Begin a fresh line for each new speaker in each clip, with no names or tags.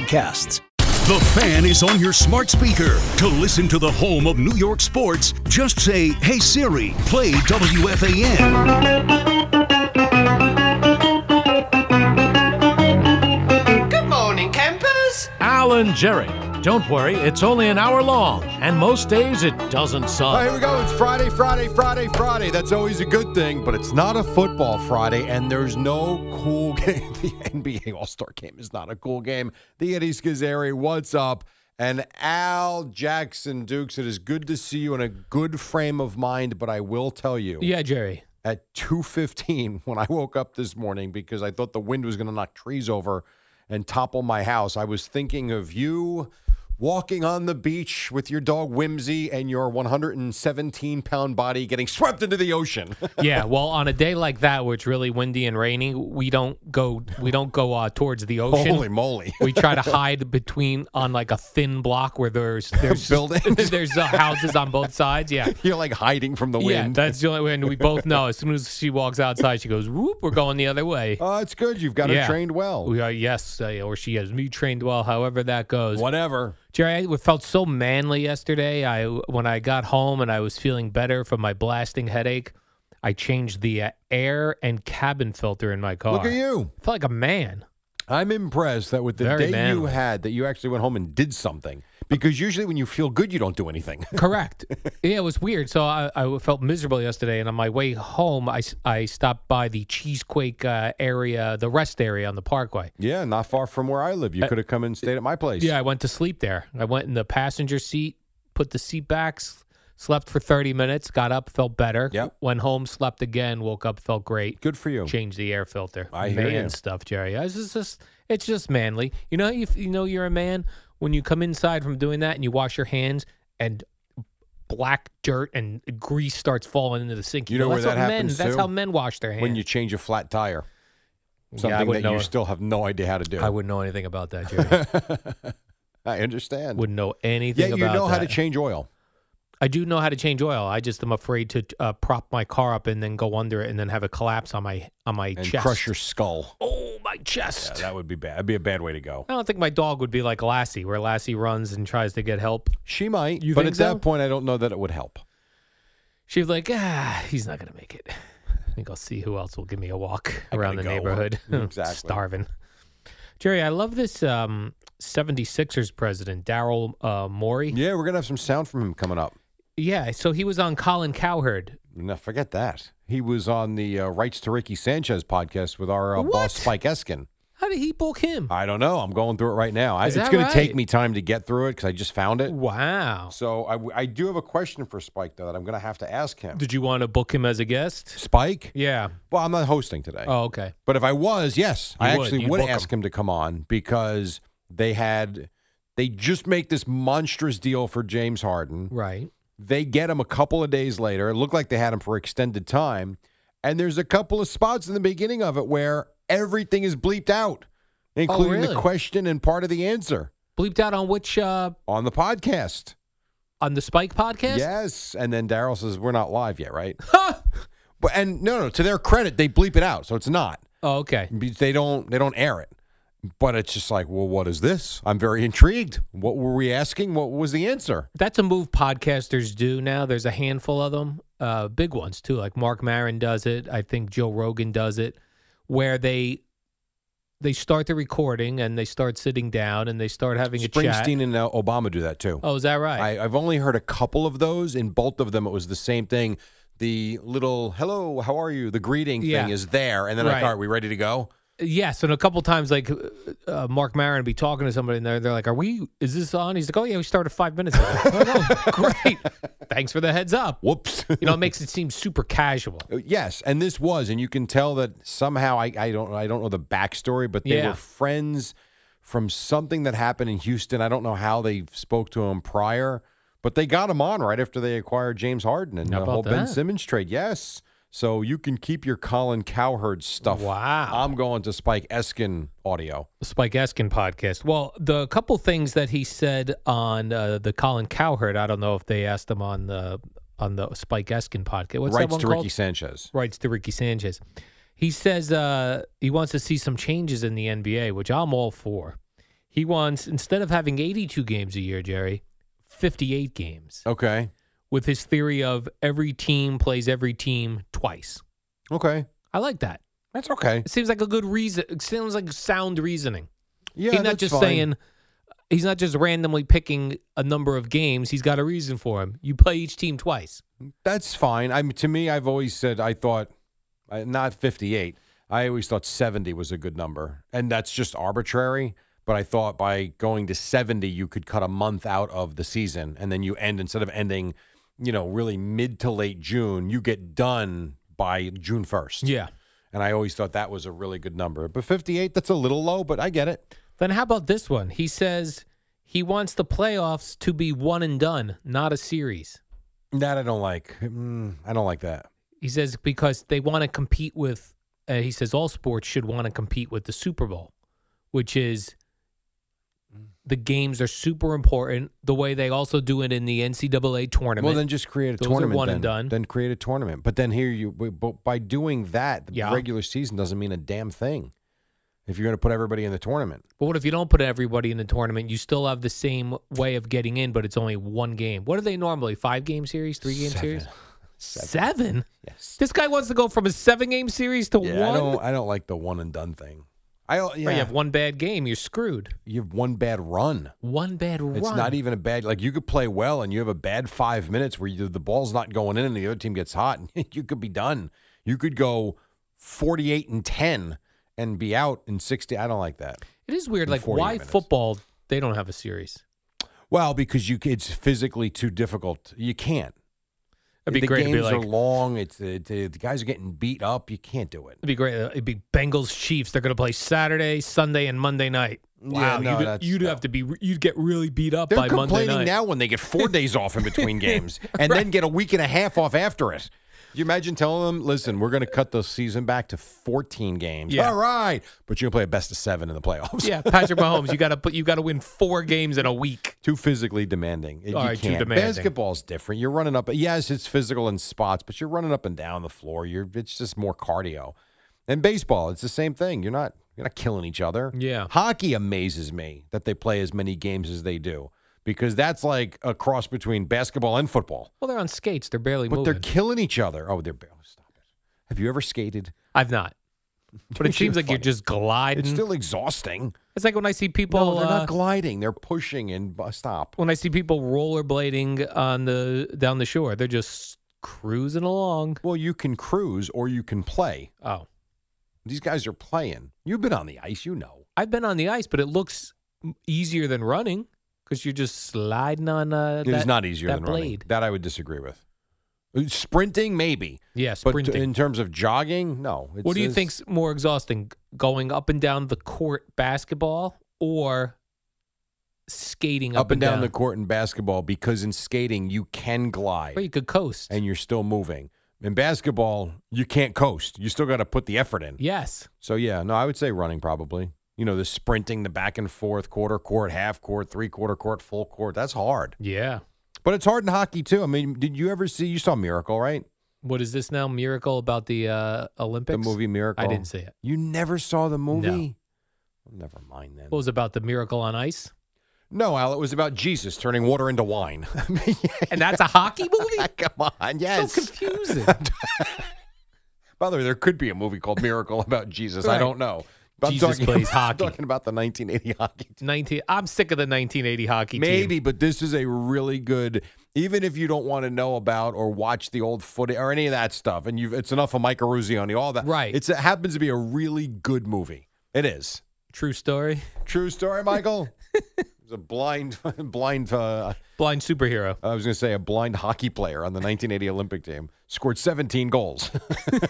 The fan is on your smart speaker. To listen to the home of New York sports, just say, Hey Siri, play WFAN.
Good morning, campers.
Alan Jerry. Don't worry, it's only an hour long, and most days it doesn't
All right,
suck.
here we go. It's Friday, Friday, Friday, Friday. That's always a good thing, but it's not a football Friday, and there's no cool game. The NBA All Star game is not a cool game. The Eddie Schizzeri, what's up? And Al Jackson Dukes, it is good to see you in a good frame of mind, but I will tell you
Yeah, Jerry.
at 2.15 when I woke up this morning because I thought the wind was going to knock trees over and topple my house. I was thinking of you walking on the beach with your dog Whimsy and your 117-pound body getting swept into the ocean.
Yeah, well, on a day like that where it's really windy and rainy, we don't go we don't go uh, towards the ocean.
Holy moly.
we try to hide between on like a thin block where there's there's
Buildings.
there's uh, houses on both sides. Yeah.
You're like hiding from the
Yeah,
wind.
that's the only way. And we both know as soon as she walks outside, she goes, whoop, we're going the other way.
Oh, it's good. You've got
Yeah.
her trained well.
We are, yes, uh, or she has me trained well, however that goes.
Whatever.
Jerry, I felt so manly yesterday. I when I got home and I was feeling better from my blasting headache, I changed the uh, air and cabin filter in my car.
Look at you.
I felt like a man.
I'm impressed that with the
Very
day you
manly.
had that you actually went home and did something. Because usually when you feel good, you don't do anything.
Correct. yeah, it was weird. So I, I felt miserable yesterday, and on my way home, I, s- I stopped by the Cheesequake uh, area, the rest area on the Parkway.
yeah, not far from where I live. You could have come and stayed at my place.
Uh, Yeah, I went to sleep there. I went in the passenger seat, put the seat back, s- slept for thirty minutes, got up, felt better.
Yep.
Went home, slept again, woke up, felt great.
Good for you.
change the air filter.
I hear
man
you.
stuff, Jerry. I was just, just- it's just manly. You know, you, you know you're a man when you come inside from doing that and you wash your hands and black dirt and grease starts falling into the sink.
You know
go,
where
that's
that
what men,
happens
That's
too?
how men wash their hands.
when you change a flat tire.
Yeah, I
Something
wouldn't
that you
know-
still have no idea how to do.
I wouldn't know anything about that, Jerry.
I understand.
wouldn't know
yeah,
anything
you
about
know how to
that.
change oil.
I do know how to change oil. I just am afraid to uh, prop my car up and then go under it and then have a collapse on my on my
and
chest.
crush your skull.
oh, my chest.
That would be bad. That'd be a bad way to go.
I don't think my dog would be like Lassie, where Lassie runs and tries to get help.
She might,
You
but
think
at
so?
that point, I don't know that it would help.
She was like, ah, he's not going to make it. I think I'll see who else will give me a walk
I
around the
gotta go.
neighborhood.
Exactly.
Starving. Jerry, I love this um, 76ers president, Daryl uh, Morey.
Yeah, we're gonna have some sound from him coming up.
Yeah, so he was on Colin Cowherd.
No, forget that. He was on the uh, Rights to Ricky Sanchez podcast with our uh,
What?
boss Spike Eskin.
How did he book him?
I don't know. I'm going through it right now. I,
Is
it's
that
gonna take
right?
me time to get through it because I just found it.
wow.
So I, w- I do have a question for Spike though that I'm gonna have to ask him.
Did you want to book him as a guest?
Spike?
Yeah.
Well, I'm not hosting today.
Oh, okay.
But if I was, yes,
You
I
would.
actually
You'd
would
book
ask him to come on because they had they just make this monstrous deal for James Harden.
Right.
They get him a couple of days later. It looked like they had him for extended time, and there's a couple of spots in the beginning of it where everything is bleeped out, including
really?
the question and part of the answer
Bleeped out on which, uh,
on the podcast.
on the Spike podcast?
Yes, and then Daryl says we're not live yet, right? but and no, no, to their credit, they bleep it out, so it's not.
Oh, okay.
Be- they don't they don't air it but it's just like well what is this i'm very intrigued what were we asking what was the answer
That's a move podcasters do now. There's a handful of them, uh, big ones too. Like Mark Marin does it. I think Joe Rogan does it, where they they start the recording and they start sitting down and they start having a chat.
springsteen and uh, obama do that too
Oh, is that right?
I, i've only heard a couple of those in both of them it was the same thing the little hello how are you the greeting
Yeah.
thing is there and then like
Right.
all right we ready to go
yes, and a couple times like uh, uh, Mark Marin would be talking to somebody and they're, they're like, "Are we? Is this on?" He's like, "Oh yeah, we started five minutes ago." oh, no, great, thanks for the heads up.
whoops
You know, it makes it seem super casual.
Oh, Yes, and this was, and you can tell that somehow I, I don't I don't know the backstory, but they
Yeah.
were friends from something that happened in Houston. I don't know how they spoke to him prior, but they got him on right after they acquired James Harden and
How
the whole
about
Ben
that?
Simmons trade. Yes. So you can keep your Colin Cowherd stuff.
Wow.
I'm going to Spike Eskin audio.
Spike Eskin podcast. Well, the couple things that he said on uh, the Colin Cowherd, I don't know if they asked him on the on the Spike Eskin podcast. What's that
Rights
one
to
called?
Ricky Sanchez.
Writes to Ricky Sanchez. He says uh, he wants to see some changes in the NBA, which I'm all for. He wants instead of having 82 games a year, Jerry, 58 games.
Okay.
With his theory of every team plays every team twice.
Okay.
I like that.
That's okay.
It seems like a good reason. It seems like sound reasoning
Yeah.
he's not
that's
just
fine.
saying he's not just randomly picking a number of games. He's got a reason for him. You play each team twice.
That's fine. I mean, to me, I've always said I thought uh, not 58. I always thought 70 was a good number, and that's just arbitrary. But I thought by going to 70, you could cut a month out of the season, and then you end instead of ending, you know, really mid to late June, you get done by June 1st.
Yeah.
And I always thought that was a really good number. But 58, that's a little low, but I get it.
Then how about this one? He says he wants the playoffs to be one and done, not a series.
That I don't like. Mm, I don't like that.
He says because they want to compete with. Uh, he says all sports should want to compete with the Super Bowl, which is the games are super important. The way they also do it in the NCAA tournament.
Well, then just create a
Those are
tournament.
one
then.
and done.
Then create a tournament. But then here you, but- but by doing that, the
Yeah.
regular season doesn't mean a damn thing. If you're going to put everybody in the tournament,
But what if you don't put everybody in the tournament? You still have the same way of getting in, but it's only one game. What are they normally? Five game series, three game
Seven.
series? Seven.
yes.
This guy wants to go from a seven game series to
Yeah, I
one.
don't. I don't like the one and done thing. I don't- yeah.
Or you have one bad game, you're screwed.
you have one bad run.
One bad run.
It's not even a bad. Like you could play well, and you have a bad five minutes where you, the ball's not going in, and the other team gets hot, and you could be done. You could go forty-eight and ten and be out in sixty. I don't like that.
It is weird.
in
Like
48
why
minutes.
football? They don't have a series.
Well, because you, it's physically too difficult. You can't.
It'd be
the
great.
games
It'd be like.
are long. It's it, it- the guys are getting beat up. You can't do it.
It'd be great. It'd be Bengals Chiefs. They're going to play Saturday, Sunday, and Monday night. Wow,
no, that's-
you'd, you'd have to be. You'd get really beat up
They're
by Monday
complaining
night.
now when they get four days off in between games and then get a week and a half off after it. You imagine telling them, "Listen, we're going to cut the season back to 14 games."
Yeah.
All right, but you're going to play a best of seven in the playoffs.
Yeah, Patrick Mahomes, you got to put you got to win four games in a week.
too physically demanding. You
All right, too
can't.
demanding.
Basketball's different. You're running up. Yes, it's physical in spots, but you're running up and down the floor. You're it's just more cardio. And baseball, it's the same thing. You're not you're not killing each other.
Yeah.
Hockey amazes me that they play as many games as they do because that's like a cross between basketball and football.
Well, they're on skates; they're barely
But
moving.
they're killing each other. Oh, they're oh, stop it. Have you ever skated?
I've not, but it seems like you're
funny.
just gliding.
It's
It's,
still exhausting.
like when I see people
no, they're
uh,
not gliding. They're pushing and bu- stop.
when I see people rollerblading on the down the shore. They're just cruising along.
Well, you can cruise or you can play.
Oh,
These guys are playing. You've been on the ice, you know.
I've been on the ice, but it looks easier than running because you're just sliding on. Uh,
It
that,
is not easier
that
than
blade.
running. That I would disagree with. Uh, Sprinting, maybe,
Yeah,
but
sprinting.
t- in terms of jogging, no. It's-
what do you
it's-
think's more exhausting, going up and down the court basketball or skating up,
Up and down, the court in basketball, because in skating you can glide
Or you could coast.
and you're still moving. In basketball, you can't coast. You still got to put the effort in.
yes.
So yeah, no, I would say running probably. You know, the sprinting, the back and forth, quarter court, half court, three quarter court, full court. That's hard,
Yeah.
but it's hard in hockey too. I mean, did you ever see? You saw Miracle, right?
What is this now? Miracle about the uh, Olympics?
The movie Miracle.
I didn't see it.
You never saw the movie? Never mind then.
What was about the Miracle on Ice?
no, Al, it was about Jesus turning water into wine. I mean,
And that's a hockey movie?
Come on, yes.
So confusing.
By the way, there could be a movie called Miracle about Jesus. I
Right.
don't know.
Jesus plays
about,
hockey.
I'm talking about the 1980 hockey. team.
19 I'm sick of the 1980 hockey team.
Maybe, but this is a really good. Even if you don't want to know about or watch the old footage or any of that stuff, and you've, it's enough of Mike Ruzioni, all that.
Right.
It's, it happens to be a really good movie. It is.
True story.
True story, Michael. was a blind, blind. Uh,
Blind superhero.
I was going to say a blind hockey player on the 1980 Olympic team scored 17 goals.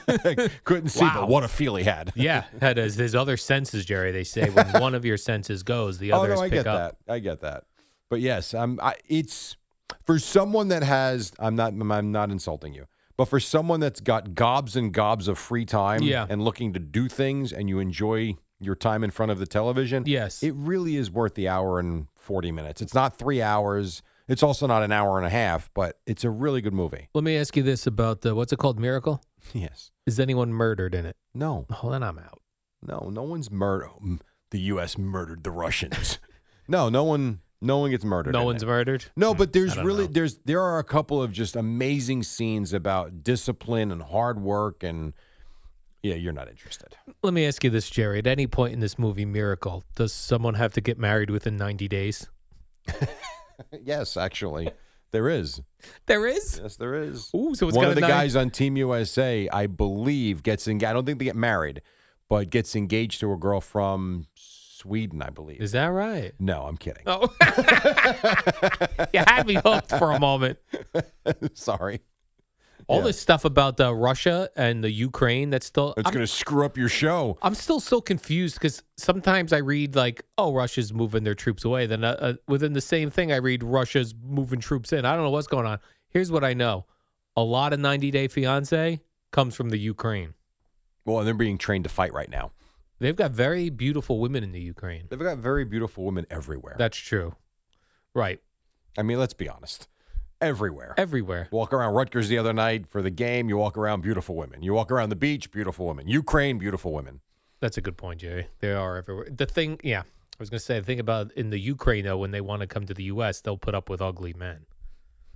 Couldn't see,
Wow.
but what a feel he had.
Yeah, that is his other senses, Jerry. They say when one of your senses goes, the
Oh
others
no, I
pick
get
up.
that. I get that. But yes, I'm. I, it's for someone that has. I'm not. I'm not insulting you. But for someone that's got gobs and gobs of free time
Yeah.
and looking to do things, and you enjoy your time in front of the television,
Yes.
it really is worth the hour and forty minutes. It's not three hours. It's also not an hour and a half, but it's a really good movie.
Let me ask you this about the what's it called? Miracle?
Yes.
Is anyone murdered in it?
No.
Oh, then I'm out.
No. No one's murder. The U.S. murdered the Russians. no. No one. No one gets murdered.
No
in
one's
it.
murdered.
No, but there's
don't
really
know.
there's there are a couple of just amazing scenes about discipline and hard work and yeah, you're not interested.
Let me ask you this, Jerry. At any point in this movie, Miracle, does someone have to get married within 90 days?
yes, actually, there is.
There is.
Yes, there is.
Ooh, so it's
One
got
of
a
the
nine-
guys on Team USA, I believe, gets engaged. I don't think they get married, but gets engaged to a girl from Sweden, I believe.
Is that right?
no, I'm kidding.
Oh, you had me hooked for a moment.
Sorry.
All
Yeah.
this stuff about uh, Russia and the Ukraine that's still.
It's
I'm,
going to screw up your show.
I'm still so confused because sometimes I read, like, oh, Russia's moving their troops away. Then uh, uh, within the same thing, I read Russia's moving troops in. I don't know what's going on. Here's what I know a lot of 90 Day Fiancé comes from the Ukraine.
Well, and they're being trained to fight right now.
They've got very beautiful women in the Ukraine.
They've got very beautiful women everywhere.
That's true. Right.
I mean, let's be honest. Everywhere.
Everywhere.
Walk around Rutgers the other night for the game. You walk around beautiful women. You walk around the beach, beautiful women. Ukraine, beautiful women.
That's a good point, Jerry. They are everywhere. The thing, yeah, I was going to say, the thing about in the Ukraine, though, when they want to come to the U.S., they'll put up with ugly men.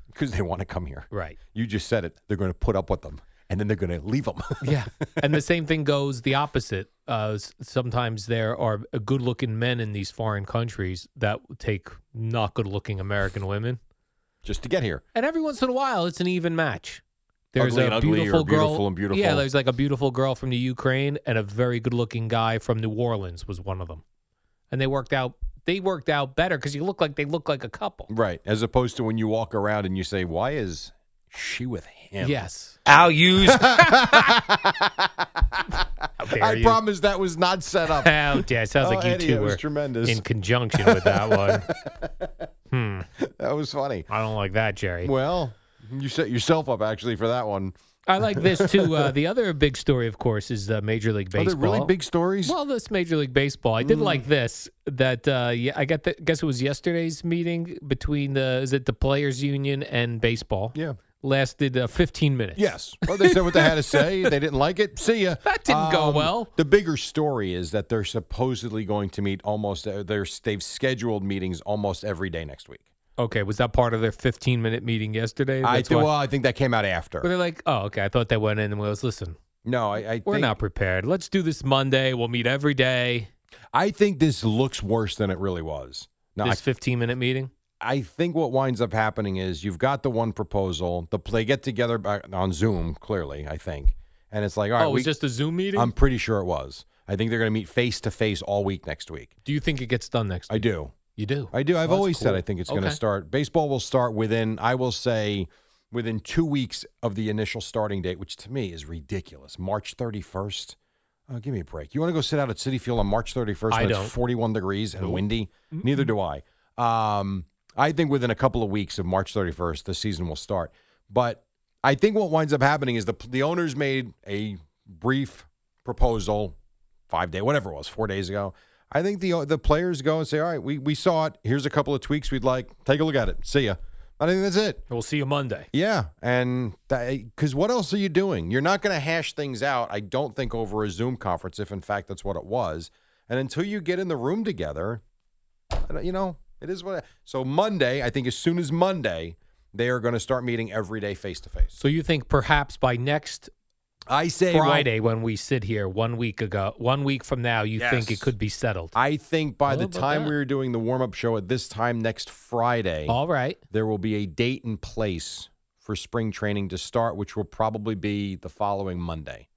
Because they want to come here.
Right.
You just said it. They're going to put up with them and then they're going to leave them.
Yeah. and the same thing goes the opposite. Uh, s- sometimes there are good looking men in these foreign countries that take not good looking American women.
just to get here.
And every once in a while, it's an even match. There's
Ugly and
a
ugly or
beautiful girl.
beautiful and beautiful.
Yeah, there's like a beautiful girl from the Ukraine and a very good-looking guy from New Orleans was one of them, and they worked out. They worked out better because you look like they look like a couple.
Right. As opposed to when you walk around and you say, why is she with him?
Yes,
I'll use.
how dare
I
you?
promise that was not set up.
How dare? Sounds like
Oh,
you
Eddie,
two
that was
were
tremendous.
in conjunction with that one.
that was funny.
I don't like that, Jerry.
Well, you set yourself up actually for that one.
I like this too. Uh, the other big story, of course, is uh, Major League Baseball.
Are there really big stories?
Well, this Major League Baseball. I
Mm.
did like this. That uh, yeah, I got. The, guess it was yesterday's meeting between the is it the players union and baseball.
Yeah.
lasted uh, fifteen minutes.
Yes. Well, they said what they had to say. They didn't like it. See ya. Um,
That didn't go well.
The bigger story is that they're supposedly going to meet almost. Uh, they're, they've scheduled meetings almost every day next week.
Okay. Was that part of their fifteen minute meeting yesterday?
I
That's
do. uh,
why-
Well, I think that came out
Were
after.
they like, oh, okay. I thought they went in and was listen.
No, I, I
We're
think
not prepared. Let's do this Monday. We'll meet every day.
I think this looks worse than it really was. No, I,
this fifteen minute meeting.
I think what winds up happening is you've got the one proposal. The they get together by, on Zoom. Clearly, I think, and it's like, all right,
oh, it
we,
was just a Zoom meeting.
I'm pretty sure it was. I think they're going to meet face to face all week next week.
do you think it gets done next?
I do.
you do.
I do. I've
that's
always said
cool.
I think it's going
Okay.
to start. Baseball will start within, I will say, within two weeks of the initial starting date, which to me is ridiculous. March 31st. Oh, give me a break. You want to go sit out at City Field on March 31st
I
when
don't.
it's 41 degrees and windy? Neither do I. Um, I think within a couple of weeks of March 31st, the season will start. But I think what winds up happening is the the owners made a brief proposal five day, whatever it was, four days ago. I think the the players go and say, "All right, we, we saw it. Here's a couple of tweaks we'd like. Take a look at it. See ya." I think that's it.
We'll see you Monday.
Yeah, and because what else are you doing? You're not going to hash things out. I don't think over a Zoom conference, if in fact that's what it was. And until you get in the room together, I don't- you know, it is what. so Monday, I think as soon as Monday, they are going to start meeting every day face to face.
So you think perhaps by next
I say well,
Friday when we sit here one week ago, one week from now, you think it
Yes.
could be settled?
I think by
How
the
about
time
that? Oh,
we are doing the warm up show at this time next Friday,
All right.
there will be a date and place for spring training to start, which will probably be the following Monday.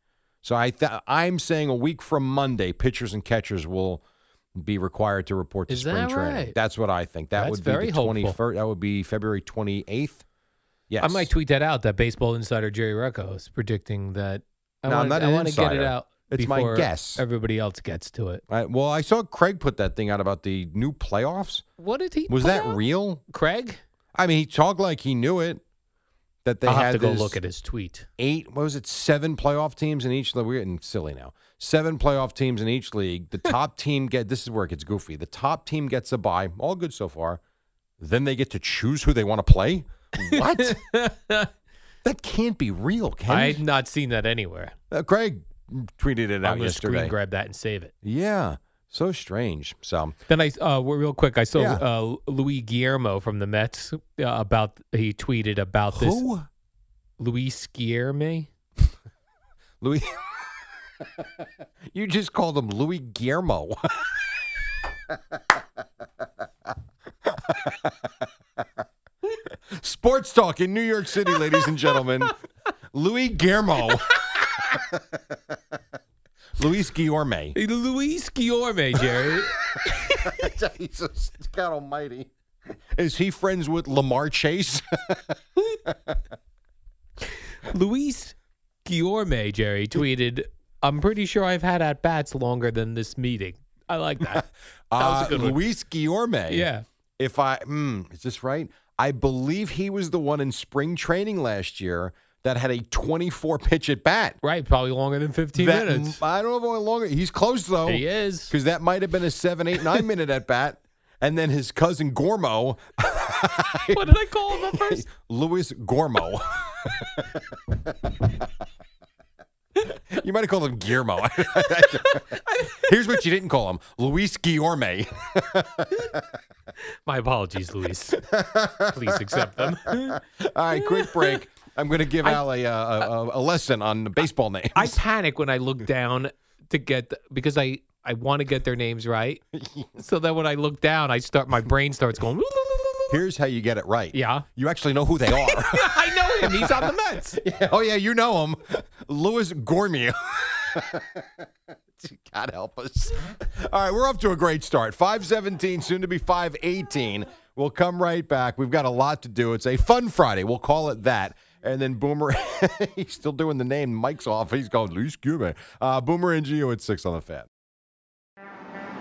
So I th- I'm saying a week from Monday, pitchers and catchers will be required to report to
Is
spring
that
training.
right?
That's what I think. That
That's
would be
very
the
hopeful.
twenty first. That would be February twenty eighth. Yes,
I might tweet that out that baseball insider Jerry Recco is predicting that. I
No, I'm
want,
not
I
an
want to get it
insider.
out.
It's my
before
guess.
Everybody else gets to it.
I- well, I saw Craig put that thing out about the new playoffs.
What did he?
Was
put
that
out?
real?
Craig?
I mean, he talked like he knew it. That they
I'll
had
have to go
this
look at his tweet.
eight. What was it? Seven playoff teams in each. league. We're getting silly now. Seven playoff teams in each league. The top team get. This is where it gets goofy. The top team gets a bye. All good so far. Then they get to choose who they want to play. What? that can't be real, can
I
it?
had not seen that anywhere.
Uh, Craig tweeted it out
I'm gonna screen
yesterday.
grab that and save it.
Yeah, so strange. So
Then I, uh, well, real quick, I saw
Yeah.
uh, Luis Guillermo from the Mets uh, about. He tweeted about this.
who?
Luis Guillermo.
Louis. you just called him Louis Guillermo. Sports talk in New York City, ladies and gentlemen. Louis Guillermo. Luis Guillorme.
Luis Guillermo, Jerry.
Jesus, God Almighty. Is he friends with Lamar Chase?
Luis Guillorme, Jerry, tweeted, I'm pretty sure I've had at bats longer than this meeting. I like that. was a
Uh,
good one.
Luis Guillorme.
yeah.
if I mm, is this right? I believe he was the one in spring training last year that had a 24 pitch at bat.
Right. Probably longer than 15
That-
minutes.
I don't know how longer. He's close though,
He is.
because that might have been a seven, eight, nine minute at bat. And then his cousin Gormo,
What did I call him at first?
Luis Gormo. you might have called him Guillermo. Here's what you didn't call him: Luis Guillorme.
My apologies, Luis. Please accept them.
All right, quick break. I'm going to give Al a, uh, a, a, a lesson on the baseball names.
I panic when I look down to get, the, because I, I want to get their names right. So then when I look down, I start, my brain starts going,
Here's how you get it right.
Yeah.
You actually know who they are.
I know him. He's on the Mets.
oh, yeah, you know them. Louis Gormier. God help us. All right, we're off to a great start. 517, soon to be 518. We'll come right back. We've got a lot to do. It's a fun Friday. We'll call it that. And then Boomer, he's still doing the name. Mike's off. He's going, Luis Gormier. Uh, Boomer and Gio at 6 on the fan.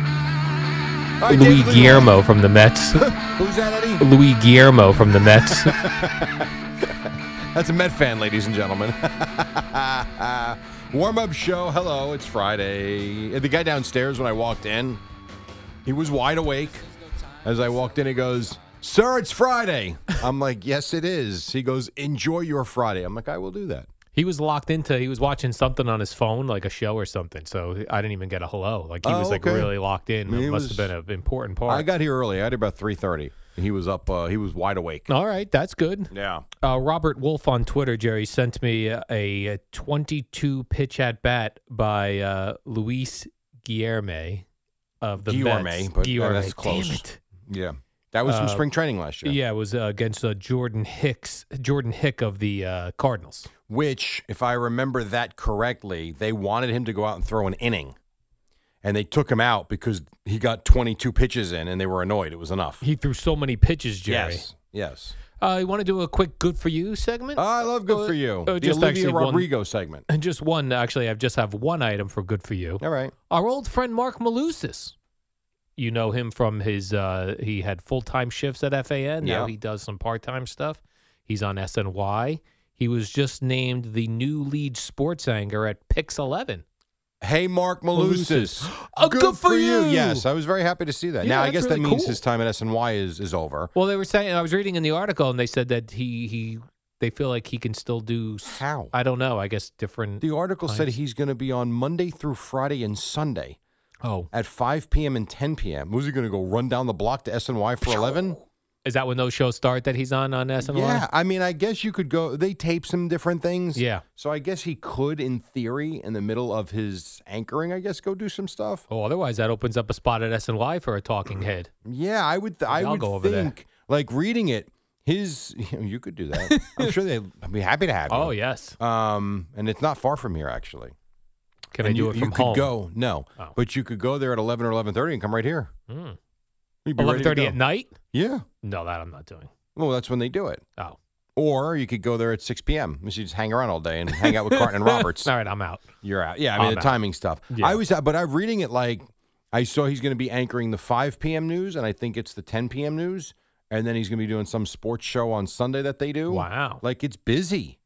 All right,
Luis
David Lee Roth.
Guillermo from the Mets.
Who's that, Eddie?
Luis Guillermo from the Mets.
That's a Met fan, ladies and gentlemen. Warm up show. Hello, it's Friday. The guy downstairs when I walked in, he was wide awake. As I walked in, he goes, Sir, it's Friday. I'm like, Yes, it is. He goes, Enjoy your Friday. I'm like, I will do that.
He was locked into. He was watching something on his phone, like a show or something. So I didn't even get a hello. Like he
Oh,
was like
okay.
really locked in.
He
It must
was-
have been an important part.
I got here early. I had about 3.30. He was up, uh, he was wide awake.
All right, that's good.
Yeah.
Uh, Robert Wolf on Twitter, Jerry sent me a, a 22 pitch at bat by uh, Luis Guillerme of the
Guillerme,
Mets.
but, uh,
Guillerme,
that's close.
Damn it.
Yeah. That was from
Uh,
spring training last year.
Yeah, it was uh, against uh, Jordan Hicks, Jordan Hick of the uh, Cardinals.
which, if I remember that correctly, they wanted him to go out and throw an inning. And they took him out because he got 22 pitches in and they were annoyed. It was enough.
He threw so many pitches, Jerry.
Yes. Yes.
Uh, you want to do a quick good for you segment?
Oh, I love Good For You.
uh,
the
just
Olivia
actually one-
Rodrigo segment.
And just one, actually, I've just have one item for good for you.
All right.
Our old friend Mark Malusis. You know him from his. Uh, he had full time shifts at FAN. Now
Yeah.
he does some part time stuff. He's on SNY. He was just named the new lead sports anchor at Pix Eleven.
Hey, Mark Malusis.
Oh, good for you.
Yes, I was very happy to see that.
Yeah,
now, I
that's
guess that
really
means
cool.
his time at SNY is, is over.
Well, they were saying I was reading in the article, and they said that he he they feel like he can still do. s-
How?
I don't know. I guess different.
The article said
Nice.
he's going to be on Monday through Friday and Sunday
oh,
at 5 p.m. and 10 p.m. Who's he going to go run down the block to SNY for 11?
is that when those shows start that he's on on SNY?
Yeah, I mean, I guess you could go. They tape some different things.
Yeah.
So I guess he could, in theory, in the middle of his anchoring, I guess, go do some stuff.
Oh, otherwise that opens up a spot at SNY for a talking head.
Yeah, I would. Th- I
I'll
would
go over there.
think, like reading it, his you could do that. I'm sure they'd be happy to have.
Oh
you.
yes,
Um, and it's not far from here actually.
can I
and
do
you,
it from
you could
home? Oh.
go. No, but you could go there at 11 or 11:30 and come right here.
Mm.
You'd be ready
Eleven
to
thirty
go.
at night?
Yeah.
No, that I'm not doing.
Well, that's when they do it.
Oh,
Or you could go there at 6 p.m. You should just hang around all day and hang out with Carton and Roberts.
all right, I'm out.
You're out. Yeah, I mean
I'm
the
out.
timing stuff.
Yeah.
I was, but I'm reading it like I saw he's going to be anchoring the 5 p.m. news, and I think it's the 10 p.m. news, and then he's going to be doing some sports show on Sunday that they do.
Wow.
like it's busy.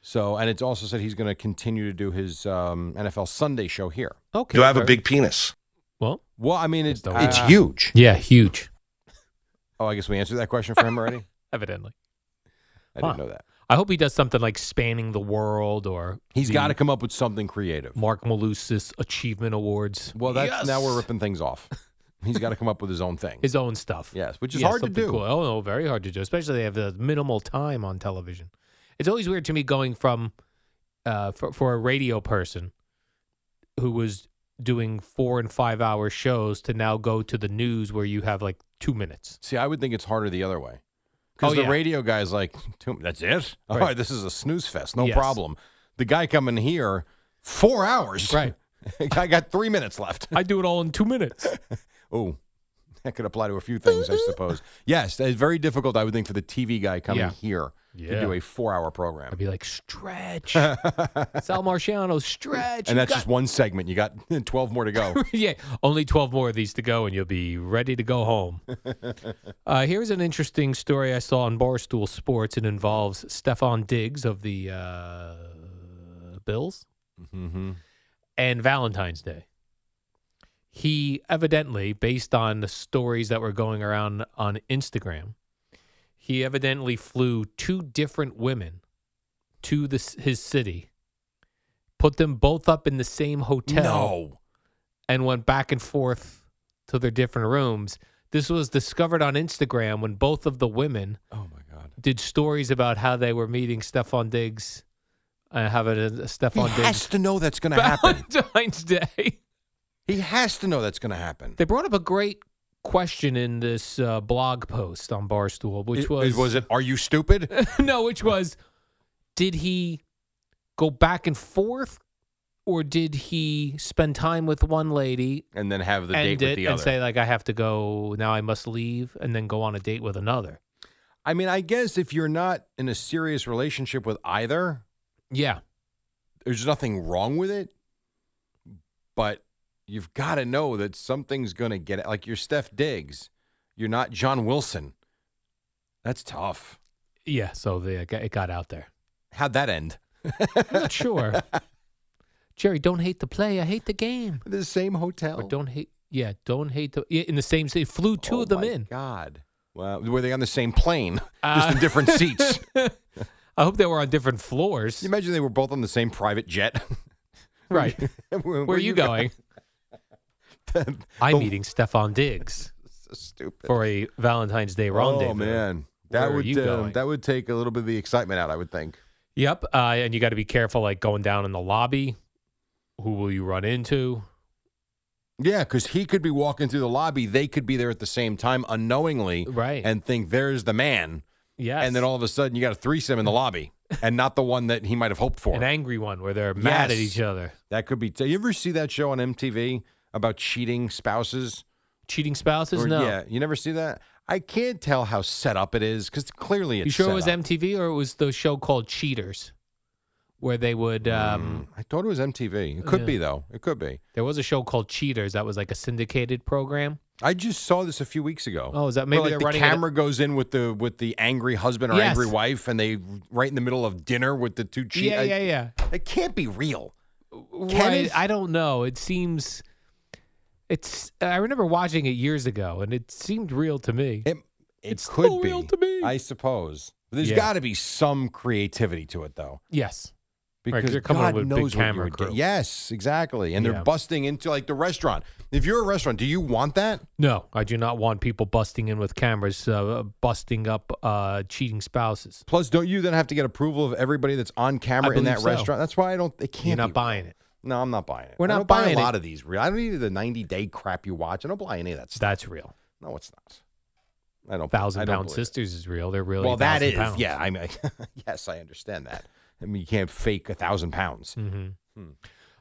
So, and it's also said he's going to continue to do his um, NFL Sunday show here.
Okay.
You have a
very-
big penis.
Well,
Well, I mean it's
It's the-
It's
uh,
huge.
yeah, huge.
Oh, I guess we answered that question for him already.
Evidently,
I
Huh.
didn't know that.
I hope he does something like spanning the world or
He's
the
got to come up with something creative.
Mark Malusis Achievement Awards,
Well, that's now we're ripping things off. He's got to come up with his own thing.
his own stuff.
yes, which is
Yeah,
hard to
something
do.
cool. Oh no, very hard to do. Especially they have the minimal time on television. It's always weird to me going from uh, for, for a radio person who was doing four and five hour shows to now go to the news where you have like two minutes.
See, I would think it's harder the other way. Because
Oh,
the
yeah.
radio guy's like, "Two- that's it? All
Right.
right, this is a snooze fest. No
Yes.
problem. The guy coming here, four hours.
Right.
I got three minutes left.
I do it all in two minutes.
Oh, that could apply to a few things, I suppose. Yes, it's very difficult, I would think, for the TV guy coming
Yeah.
here to
Yeah.
do a four hour
I'd
program.
be like, stretch. Sal Marciano,
And
stretch. You
that's
got-
just one segment. You got 12 more to go.
yeah, only 12 more of these to go, and you'll be ready to go home. uh, here's an interesting story I saw on Barstool Sports. It involves Stefan Diggs of the uh, Bills
mm-hmm.
and Valentine's Day. He evidently, based on the stories that were going around on Instagram, he evidently flew two different women to the, c- his city, put them both up in the same hotel
No.
and went back and forth to their different rooms. This was discovered on Instagram when both of the women
Oh, my God.
did stories about how they were meeting Stefan Diggs and having a, a
He
Stefan
has
Diggs
to know that's going to happen.
Valentine's Day.
He has to know that's going to happen.
They brought up a great question in this uh, blog post on Barstool, which
It-
was
was it, are you stupid?
no, which was did he go back and forth or did he spend time with one lady
and then have the
end
date with
it
the
and
other.
say like I have to go now, I must leave, and then go on a date with another.
I mean, I guess if you're not in a serious relationship with either,
Yeah,
there's nothing wrong with it. But you've got to know that something's going to get like you're Steph Diggs, you're not John Wilson. That's tough.
yeah. So they it got- it got out there.
How'd that end?
I'm not sure. Jerry, don't hate the play. I hate the game.
The same hotel.
Or don't hate. Yeah, don't hate the. Yeah, in the same city. Flew two
Oh
of them
my
in.
God. Well, were they on the same plane?
Uh,
Just in different seats. Can
I hope they were on different floors.
you imagine they were both on the same private jet?
Right.
Where, Oh.
Where are you going? I'm meeting Stefan Diggs
so stupid.
for a Valentine's Day rendezvous.
Oh man, that
Where are
would
you
um,
going?
that would take a little bit of the excitement out. I would think.
Yep, uh, and you got to be careful, like going down in the lobby. Who will you run into?
Yeah, because he could be walking through the lobby. They could be there at the same time, unknowingly,
Right.
And think there's the man,
Yes,
and then all of a sudden you got a threesome in the lobby, and not the one that he might have hoped for.
an angry one where they're mad at
Yes.
each other.
that could be. T- you ever see that show on MTV about cheating spouses?
Cheating spouses?
Or-
no.
Yeah, you never see that. I can't tell how set up it is because clearly it's.
you sure
set
it was
up.
MTV or it was the show called Cheaters, where they would? Um,
I thought it was MTV. It could
Yeah.
be though. It could be.
There was a show called Cheaters that was like a syndicated program.
I just saw this a few weeks ago.
Oh, is that-
Where,
maybe
like
they're
the
running it-
camera goes in with the with the angry husband or
Yes.
angry wife, and they right in the middle of dinner with the two cheat.
yeah, yeah, yeah.
It can't be real.
right.
it?
I don't know. It seems. It's. I remember watching it years ago, and it seemed real to me.
It, it
It's
could
still
be
real to me.
I suppose. There's
Yeah.
got to be some creativity to it, though.
Yes. Right, 'cause
Because
you're coming
God
up with a big
knows what you
camera
would get.
crew.
Yes, exactly. And
Yeah.
they're busting into like the restaurant. If you're a restaurant, do you want that?
No, I do not want people busting in with cameras, uh, busting up uh, cheating spouses.
Plus, don't you then have to get approval of everybody that's on camera in
believe
that
so.
restaurant? That's why I don't. They can't.
You're
be-
not buying it.
No, I'm not buying it.
We're
I
not
don't
buying
buy a lot
it.
of these. re- I don't need the 90 day crap you watch. I don't buy any of that stuff.
That's real.
No, it's not. I don't. I
Thousand
don't
Pound
believe it.
Sisters is real. They're really
well, that
1,000
is.
pounds.
Yeah, I mean, yes, I understand that. I mean, you can't fake a thousand pounds.
Mm-hmm.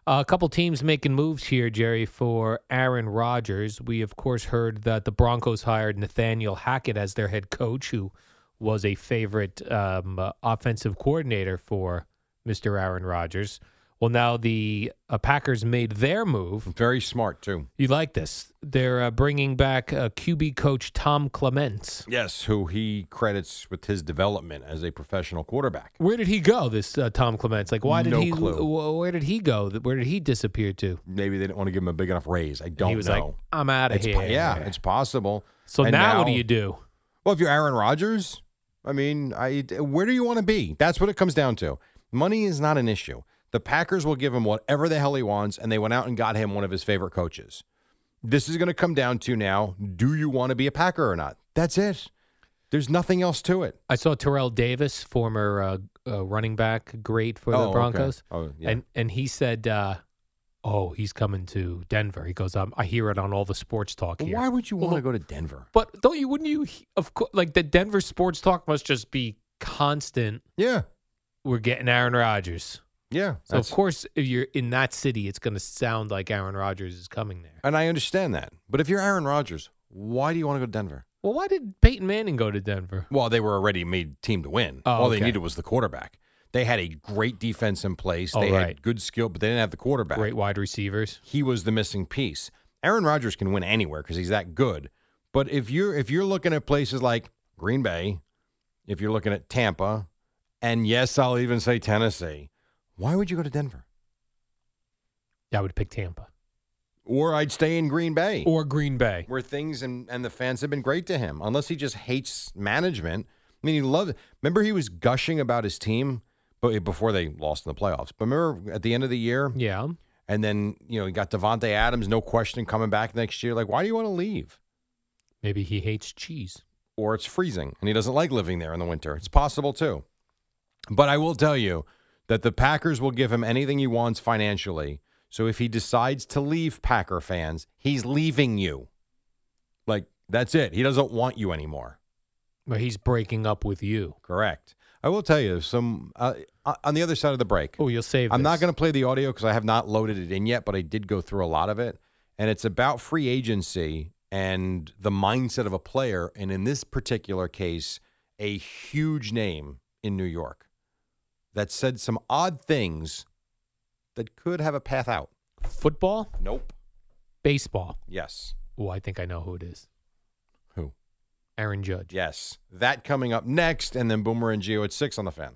Uh, a couple teams making moves here, Jerry, for Aaron Rodgers. We, of course, heard that the Broncos hired Nathaniel Hackett as their head coach, who was a favorite um, uh, offensive coordinator for Mr. Aaron Rodgers. Well, now the uh, Packers made their move.
Very smart too.
You like this? They're uh, bringing back uh, QB coach Tom Clements.
Yes, who he credits with his development as a professional quarterback.
Where did he go? This uh, Tom Clements. Like, why did
No
he?
clue.
wh- where did he go? Where did he disappear to?
Maybe they didn't want to give him a big enough raise. I don't
he was
know.
like, "I'm out of
It's-
here."
yeah, it's possible.
so
And
now what do you do?
Well, if you're Aaron Rodgers, I mean, I where do you want to be? That's what it comes down to. Money is not an issue. The Packers will give him whatever the hell he wants, and they went out and got him one of his favorite coaches. This is going to come down to now: do you want to be a Packer or not? That's it. There's nothing else to it.
I saw Terrell Davis, former uh, uh, running back, great for
Oh,
the
okay.
Broncos,
Oh, yeah.
and and he said, uh, "Oh, he's coming to Denver." He goes, um, "I hear it on all the sports talk here."
Why would you want to go to Denver?
But don't you? Wouldn't you? he- Of course, like the Denver sports talk must just be constant.
Yeah,
We're getting Aaron Rodgers,
yeah.
so
that's-
of course, if you're in that city, it's going to sound like Aaron Rodgers is coming there.
and I understand that. But if you're Aaron Rodgers, why do you want to go to Denver?
Well, why did Peyton Manning go to Denver?
Well, they were already made team to win.
Oh,
All they
okay.
needed was the quarterback. They had a great defense in place.
Oh,
they
right.
had good skill, but they didn't have the quarterback.
Great wide receivers.
He was the missing piece. Aaron Rodgers can win anywhere because he's that good. But if you're if you're looking at places like Green Bay, if you're looking at Tampa, and yes, I'll even say Tennessee, why would you go to Denver?
I would pick Tampa
Or I'd stay in Green Bay.
or Green Bay.
where things and, and the fans have been great to him, unless he just hates management. I mean, he loved. Remember, he was gushing about his team, but before they lost in the playoffs. But remember, at the end of the year,
Yeah.
and then you know he got Devonte Adams, no question, coming back next year. Like, why do you want to leave?
Maybe he hates cheese.
Or it's freezing, and he doesn't like living there in the winter. It's possible too. But I will tell you that the Packers will give him anything he wants financially. So if he decides to leave Packer fans, he's leaving you. Like, that's it. He doesn't want you anymore.
But he's breaking up with you.
Correct. I will tell you some uh, on the other side of the break.
Oh, you'll save.
I'm not going to play the audio because I have not loaded it in yet, but I did go through a lot of it, and it's about free agency and the mindset of a player, and in this particular case, a huge name in New York that said some odd things that could have a path out.
to football,
Nope.
baseball.
Yes.
Oh, I think I know who it is.
Who?
Aaron Judge.
Yes. That coming up next, and then Boomer and Geo at six on the fan.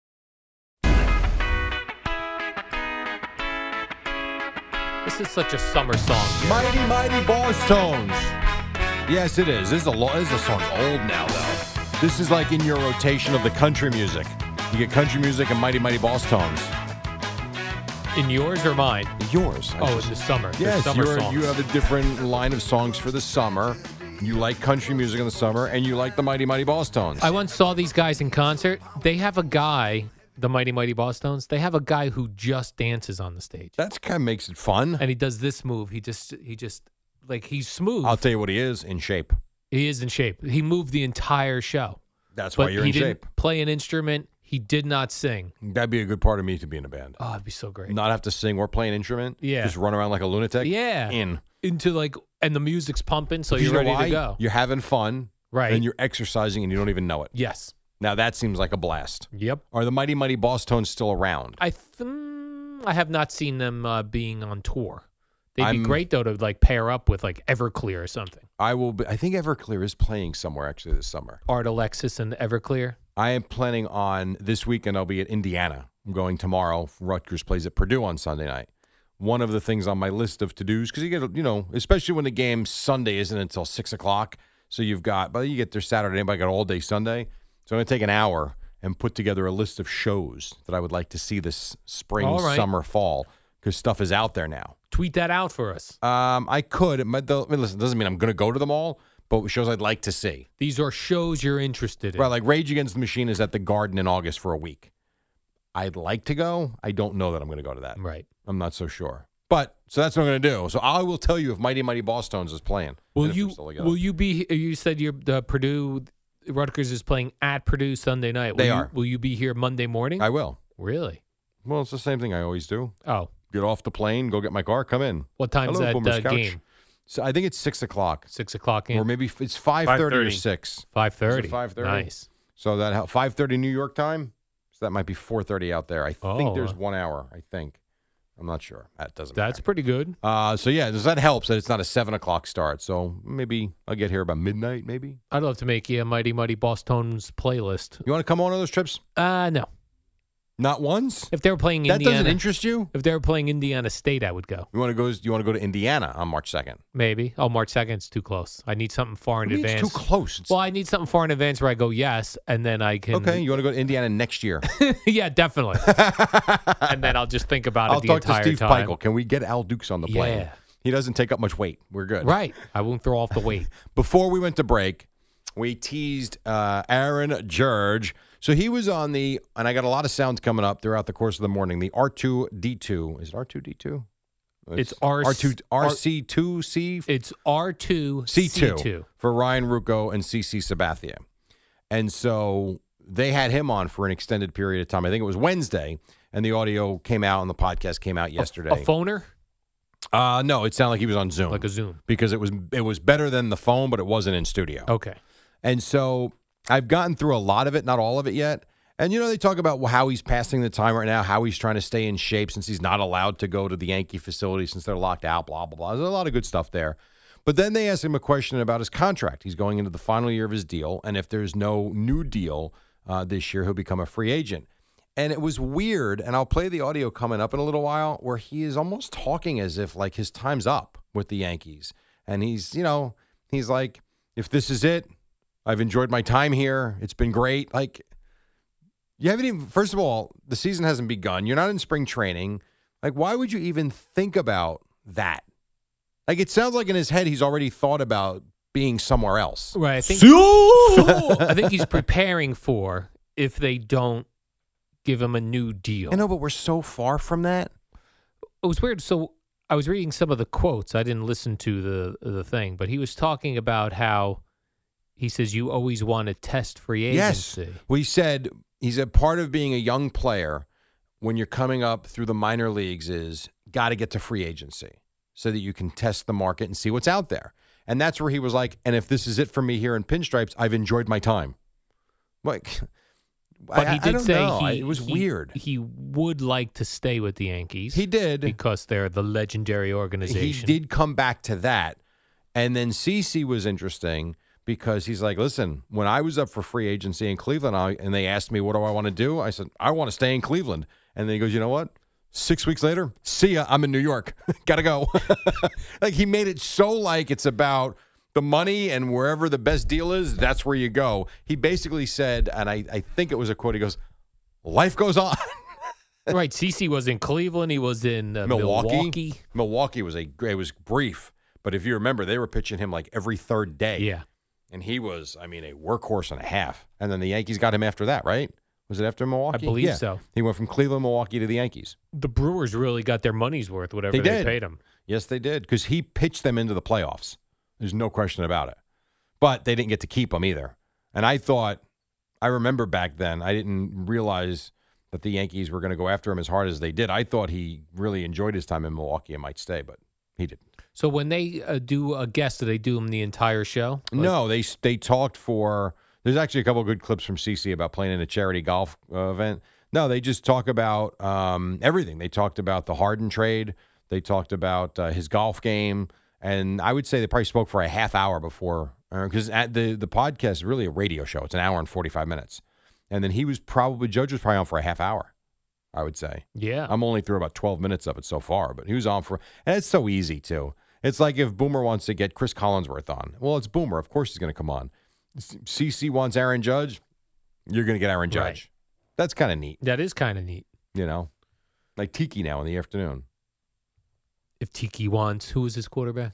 This is such a summer song.
Mighty Mighty Boss Tones. Yes, it is. This is a lo- this is a song old now though. This is like in your rotation of the country music. You get country music and Mighty Mighty Boss Tones.
In yours or mine?
Yours. I
Oh, in
just-
the summer. There's
yes.
summer
you're-
songs.
you have a different line of songs for the summer. You like country music in the summer, and you like the Mighty Mighty Boss Tones.
I once saw these guys in concert. They have a guy, the Mighty Mighty Bosstones. They have a guy who just dances on the stage,
That's kind of makes it fun.
and he does this move. He just, he just, like he's smooth.
I'll tell you what he is in shape.
he is in shape. He moved the entire show.
That's why
but
you're
he
in
didn't
shape.
play an instrument. He did not sing.
That'd be a good part of me to be in a band.
Oh, it'd be so great.
Not have to sing or play an instrument.
Yeah.
Just run around like a lunatic.
Yeah.
In.
Into like, and the music's pumping, so
Because
you're
you know
ready
why?
to go.
You're having fun.
Right.
And you're exercising and you don't even know it.
Yes.
Now that seems like a blast.
Yep.
Are the Mighty Mighty Boss Tones still around?
I th- mm, I have not seen them uh, being on tour. They'd
I'm-
be great though to like pair up with like Everclear or something.
I will. Be, I think Everclear is playing somewhere actually this summer.
Art Alexis and Everclear.
I am planning on this weekend. I'll be at Indiana. I'm going tomorrow. Rutgers plays at Purdue on Sunday night. One of the things on my list of to dos because you get you know especially when the game Sunday isn't until six o'clock, so you've got but you get there Saturday. Anybody got all day Sunday? So I'm gonna take an hour and put together a list of shows that I would like to see this spring,
All right.
summer, fall because stuff is out there now.
Tweet that out for us.
Um, I could. It might, though, I mean, listen, it doesn't mean I'm going to go to them all, but shows I'd like to see.
These are shows you're interested in.
Right, like Rage Against the Machine is at the Garden in August for a week. I'd like to go. I don't know that I'm going to go to that.
Right.
I'm not so sure. But so that's what I'm going to do. So I will tell you if Mighty Mighty Boss Tones is playing.
Will
and if
you
they're still together.
will you be? You said you're the Purdue Rutgers is playing at Purdue Sunday night. Will
They
you-
are.
Will you be here Monday morning?
I will.
really?
Well, it's the same thing I always do.
Oh,
Get off the plane, go get my car, come in.
what time's
Hello,
that
Boomer's
uh,
Couch.
game?
So I think it's six o'clock,
Six o'clock
or
in.
maybe f- it's five thirty or
5:30.
six.
Five
Is
thirty.
it 5:30?
Nice.
So that hel- 5:30 New York time. So that might be 4:30 out there. I think
Oh,
there's
uh,
1 hour, I think. I'm not sure. That doesn't
That's
matter.
pretty good.
Uh, so yeah, does that helps that it's not a seven o'clock start. So maybe I'll get here by midnight. Maybe
I'd love to make you a mighty mighty Boss Tones playlist.
you want to come on one of those trips?
Uh no.
Not once.
If they were playing
that
Indiana,
doesn't interest you.
if they were playing Indiana State, I would go.
You want to go? You want to go to Indiana on March second?
Maybe. Oh, March second's too close. I need something far in
It's
advance.
too close. It's-
Well, I need something far in advance where I go yes, and then I can.
okay, you want to go to Indiana next year?
yeah, definitely. and then I'll just think about it
I'll
the
talk to
entire
Steve
time.
Peichel. Can we get Al Dukes on the plane?
Yeah.
He doesn't take up much weight. We're good.
Right. I won't throw off the weight.
before we went to break, we teased uh, Aaron George. So he was on the, and I got a lot of sounds coming up throughout the course of the morning. The R two D two is it R two D two?
It's R-
R two RC two C
It's R two
C two for Ryan Rucco and CC Sabathia, and so they had him on for an extended period of time. I think it was Wednesday, and the audio came out and the podcast came out yesterday.
A phoner
uh, no, it sounded like he was on Zoom,
like a Zoom.
because it was it was better than the phone, but it wasn't in studio.
Okay.
And so I've gotten through a lot of it, not all of it yet. And you know, they talk about how he's passing the time right now, how he's trying to stay in shape since he's not allowed to go to the Yankee facility since they're locked out, blah, blah, blah. There's a lot of good stuff there. But then they ask him a question about his contract. He's going into the final year of his deal. And if there's no new deal uh, this year, he'll become a free agent. And it was weird. And I'll play the audio coming up in a little while where he is almost talking as if like his time's up with the Yankees. And he's, you know, he's like, if this is it, I've enjoyed my time here. It's been great. Like, you haven't even, first of all, the season hasn't begun. You're not in spring training. Like, why would you even think about that? Like, it sounds like in his head, he's already thought about being somewhere else.
Right. I think, I think he's preparing for if they don't give him a new deal.
I know, but we're so far from that.
it was weird. So I was reading some of the quotes. I didn't listen to the the thing, but he was talking about how he says you always want to test free
Yes.
agency.
We said, he said, part of being a young player when you're coming up through the minor leagues is got to get to free agency so that you can test the market and see what's out there. And that's where he was like, and if this is it for me here in pinstripes, I've enjoyed my time. Like,
But
I,
he
I
did
don't
say
know.
he,
I- it was
he-
weird.
He would like to stay with the Yankees.
He did.
because they're the legendary
he
organization.
did come back to that. And then CC was interesting because he's like, listen, when I was up for free agency in Cleveland I, and they asked me, what do I want to do? I said, I want to stay in Cleveland. And then he goes, you know what? Six weeks later, see ya. I'm in New York. Gotta go. like he made it so like it's about the money and wherever the best deal is, that's where you go. He basically said, and I, I think it was a quote, he goes, life goes on.
right. CC was in Cleveland. He was in uh,
Milwaukee.
Milwaukee.
Milwaukee was a it was brief, but if you remember, they were pitching him like every third day.
Yeah.
and he was, I mean, a workhorse and a half. And then the Yankees got him after that, right? Was it after Milwaukee?
believe
Yeah.
so.
He went from Cleveland, Milwaukee to the Yankees.
The Brewers really got their money's worth. Whatever
They
they,
did.
paid him.
Yes, they did because he pitched them into the playoffs. There's no question about it. But they didn't get to keep him either. And I thought, I remember back then, I didn't realize that the Yankees were going to go after him as hard as they did. I thought he really enjoyed his time in Milwaukee and might stay, but he didn't.
So when they uh, do a guest, do they do them the entire show? Like-
no, they s- they talked for. There's actually a couple of good clips from CC about playing in a charity golf uh, event. No, they just talk about um, everything. They talked about the Harden trade. They talked about uh, his golf game, and I would say they probably spoke for a half hour before because at the the podcast is really a radio show. It's an hour and forty five minutes, and then he was probably judge was probably on for a half hour. I would say.
Yeah.
I'm only through about 12 minutes of it so far, but he was on for, and it's so easy too. It's like if Boomer wants to get Chris Collinsworth on. Well, it's Boomer. Of course he's going to come on. C- CC wants Aaron Judge. You're going to get Aaron Judge.
Right.
That's kind of neat,
That is kind of neat.
you know? Like Tiki now in the afternoon.
If Tiki wants, who is his quarterback?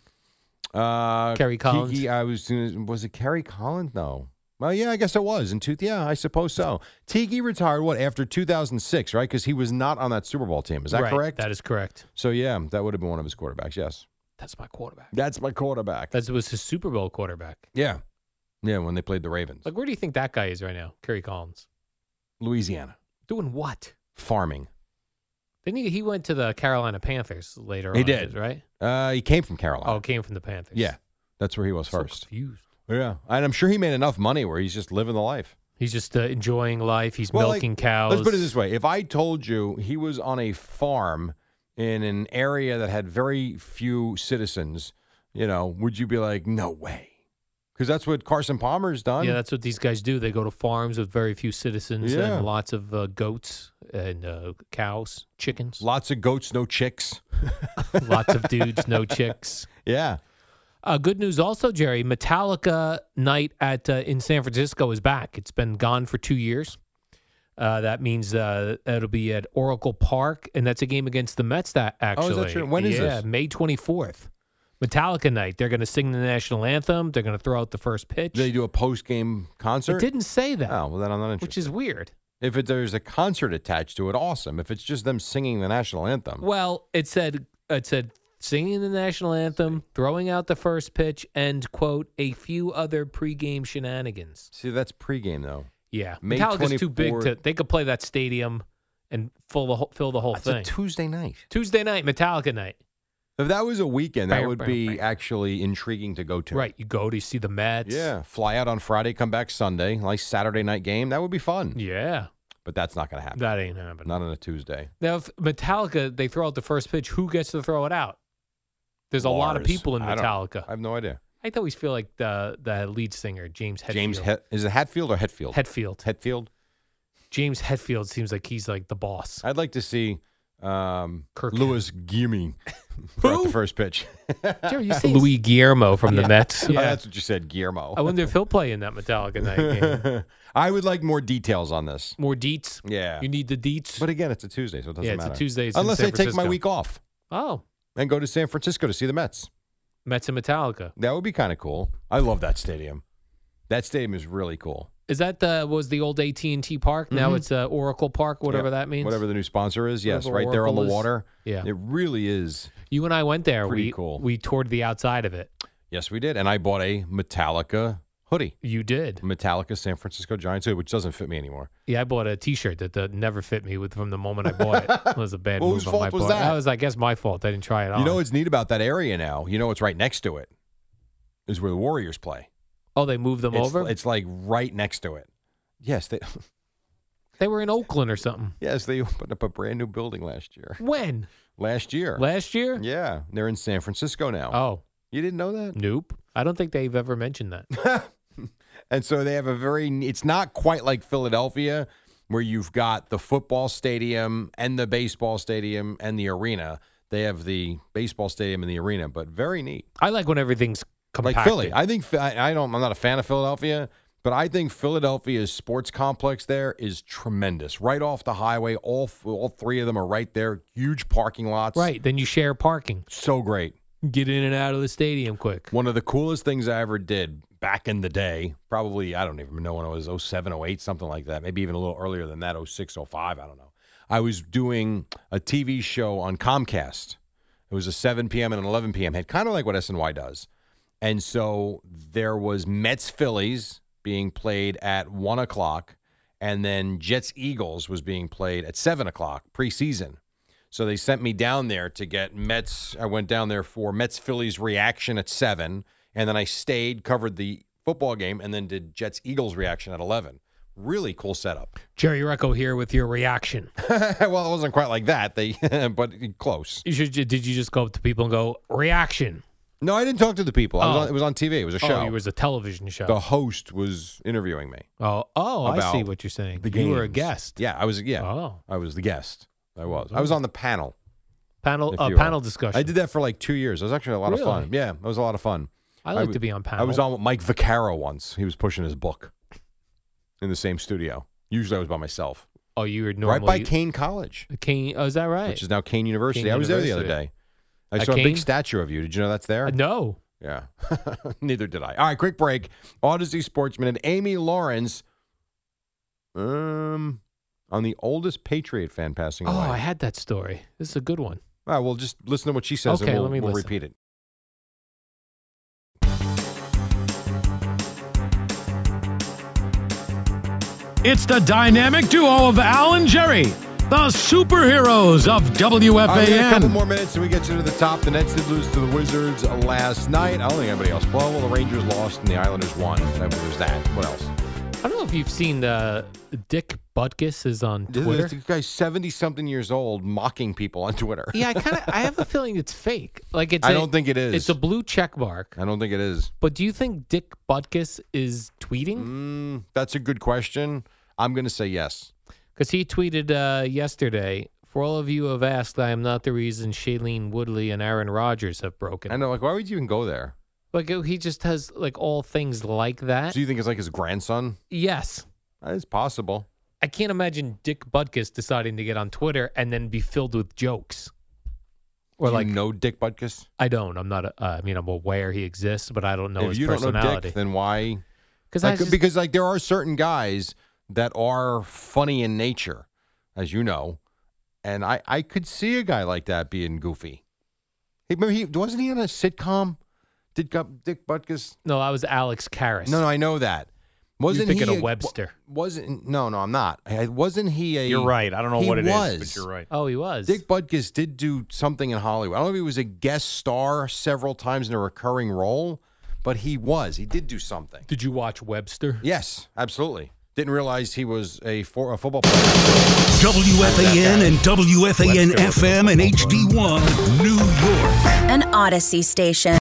Uh,
Kerry Collins?
Tiki, I was, was it Kerry Collins? No. Well, yeah, I guess it was. In two, yeah, I suppose so. Tiki retired, what, after 2006, right? Because he was not on that Super Bowl team. Is that
Right,
correct?
That is correct.
so, yeah, that would have been one of his quarterbacks, yes.
That's my quarterback.
That's my quarterback.
That was his Super Bowl quarterback.
yeah. Yeah, when they played the Ravens.
Like, where do you think that guy is right now? Kerry Collins
Louisiana.
doing what?
Farming.
Then he, he went to the Carolina Panthers later.
He
on,
did.
right?
Uh, he came from Carolina.
Oh, came from the Panthers.
Yeah. That's where he was
So
first.
confused.
Yeah. And I'm sure he made enough money where he's just living the life.
He's just uh, enjoying life. He's
Well, like,
milking cows.
Let's put it this way. If I told you he was on a farm in an area that had very few citizens, you know, would you be like, no way? Because that's what Carson Palmer's done.
Yeah, that's what these guys do. They go to farms with very few citizens
Yeah.
and lots of uh, goats and uh, cows, chickens,
Lots of goats, no chicks.
lots of dudes, no chicks.
Yeah.
Uh, good news also, Jerry. Metallica night at uh, in San Francisco is back. It's been gone for two years. Uh, that means uh, it'll be at Oracle Park, and that's a game against the Mets. That
Oh,
actually,
is that true? When is
yeah,
this?
May twenty fourth. Metallica night. They're going to sing the national anthem. They're going to throw out the first pitch.
They do a post game concert.
it didn't say that,
Oh, well, then I'm not interested.
which is weird.
If it, there's a concert attached to it, awesome. If it's just them singing the national anthem,
Well, it said it said singing the national anthem, throwing out the first pitch, and quote a few other pregame shenanigans.
see that's pregame though.
Yeah,
May
Metallica's too big
24th.
to. They could play that stadium and fill the whole, fill the whole
That's
thing.
a Tuesday night.
Tuesday night, Metallica night.
If that was a weekend, that
Bam,
would
bam,
be
bam.
actually intriguing to go to.
Right, you go to see the Mets.
Yeah. Fly out on Friday, come back Sunday, like Saturday night game. That would be fun.
yeah,
But that's not going to happen.
that ain't happening.
Not on a Tuesday.
Now, if Metallica they throw out the first pitch, who gets to throw it out? There's a lot of
Lars.
people in
I don't-
Metallica.
I have no idea.
I always feel like the the lead singer James Hetfield.
James, Het is it Hatfield or Hetfield?
Hetfield.
Hetfield.
James Hetfield seems like he's like the boss.
I'd like to see um,
Kirk.
Lewis Gimme throw out the first pitch.
Jerry, you say Louis Guillermo from the Mets.
Oh,
Yeah.
that's what you said, Guillermo.
I wonder if he'll play in that Metallica night game.
I would like more details on this.
More deets.
Yeah.
You need the deets.
But again, it's a Tuesday, so it doesn't
Yeah, it's a
matter.
Tuesday, it's in
Unless
San
I take my
Francisco.
week off
oh,
and go to San Francisco to see the Mets.
Mets and Metallica.
That would be kind of cool. I love that stadium. That stadium is really cool.
Is that the was the old AT and T Park? Now it's uh, Oracle Park, whatever
Yeah.
that means.
Whatever the new sponsor is. Yes,
Whatever
right there on the
Oracle is.
water.
Yeah.
It really is.
You and I went there.
Pretty
we
cool.
we toured the outside of it.
Yes, we did. And I bought a Metallica hoodie.
You did.
Mm. Metallica San Francisco Giants hoodie, which doesn't fit me anymore.
Yeah, I bought a T-shirt that, that never fit me with from the moment I bought it. It was a bad
Well,
move
whose
on
fault
my
was
part.
that?
was, I guess, my fault. I didn't try it on.
You know what's neat about that area now? You know what's right next to it is where the Warriors play.
oh, they moved them
it's,
over.
it's like right next to it. Yes, they
they were in Oakland or something.
yes they opened up a brand new building last year.
When
Last year.
last year?
Yeah, they're in San Francisco now.
Oh,
You didn't know that?
nope. I don't think they've ever mentioned that.
And so they have a very, it's not quite like Philadelphia, where you've got the football stadium and the baseball stadium and the arena. They have the baseball stadium and the arena, but very neat.
I like when everything's
Like
compacted.
Philly. I think, I I don't, I'm not a fan of Philadelphia, but I think Philadelphia's sports complex there is tremendous. Right off the highway, all, f- all three of them are right there, huge parking lots.
right. Then you share parking.
So great.
Get in and out of the stadium quick.
One of the coolest things I ever did back in the day, probably, I don't even know when it was 07, 08, something like that, maybe even a little earlier than that, 06, 05, I don't know. I was doing a TV show on Comcast. It was a 7 p.m. and an 11 p.m. head, kind of like what SNY does. And so there was Mets Phillies being played at 1 o'clock, and then Jets Eagles was being played at 7 o'clock preseason. So they sent me down there to get Mets. I went down there for Mets Phillies reaction at seven, and then I stayed, covered the football game, and then did Jets Eagles reaction at eleven. Really cool setup.
Jerry Recco here with your reaction.
well, it wasn't quite like that. They, but close.
You should, did you just go up to people and go reaction?
No, I didn't talk to the people. I was
Oh.
on, it was on TV. It was a show.
Oh, it was a television show.
the host was interviewing me.
oh, oh, I
about
see what you're saying.
The
you were a
games.
guest.
Yeah, I was. Yeah,
Oh,
I was the guest. I was. I was on the panel.
panel
if
uh,
you will.
panel discussion.
I did that for like two years. It was actually a lot of fun.
Really?
Yeah, it was a lot of fun.
I like
w-
to be on panel.
I was on with Mike Vaccaro once. He was pushing his book in the same studio. Usually, I was by myself.
Oh, you were normally
right by Kane College,
King. Oh, is that right?
which is now Kane University.
Kane
I was there the other
University.
day. I
At
saw a
Kane?
big statue of you. Did you know that's there?
Uh, no.
Yeah. Neither did I. All right, quick break. Odyssey Sportsman and Amy Lawrence. Um, on the oldest Patriot fan passing
Oh,
away.
I had that story. This is a good one.
All right, well, just listen to what she says,
Okay,
and we'll,
let me
we'll
listen.
repeat it.
It's the dynamic duo of Al and Jerry, the superheroes of
All right, we got a couple
WFAN.
more minutes, and we get you to the top. The Nets did lose to the Wizards last night. I don't think anybody else. Well, well, the Rangers lost, and the Islanders won. That was that. What else?
I don't know if you've seen the Dick Butkus is on Twitter.
This guy's seventy something years old, mocking people on Twitter.
yeah, I kind of. I have a feeling it's fake. Like it's.
I
a-
don't think it is. Uh.
It's a blue check mark.
I don't think it is.
But do you think Dick Butkus is tweeting?
Mm, that's a good question. I'm going to say yes.
Because he tweeted uh, yesterday. For all of you who have asked, I am not the reason Shailene Woodley and Aaron Rodgers have broken.
I know. Like, why would you even go there?
Like oh, he just has like all things like that.
Do you think it's like his grandson?
yes.
It's possible.
I can't imagine Dick Butkus deciding to get on Twitter and then be filled with jokes. Or
Do
like
you know Dick Butkus?
I don't. I'm not. A, uh, I mean, I'm aware he exists, but I don't know
if
his
you don't know
personality.
Dick, then why?
Because
Like, because like there are certain guys that are funny in nature, as you know, and I I could see a guy like that being goofy. He, remember he wasn't he on a sitcom? Did Gu- Dick Butkus?
no, I was Alex Karras.
No, no, I know that. Wasn't
thinking
he
of Webster.
Wasn't no, no, I'm not. I- wasn't he a?
You're right. I don't know
He
what it is,
was.
but you're right.
Oh, he was.
Dick Butkus did do something in Hollywood. I don't know if he was a guest star several times in a recurring role, but he was. He did do something.
Did you watch Webster?
Yes, absolutely. Didn't realize he was a, for, a football player.
WFAN and WFAN FM and HD1, New York.
An Odyssey station.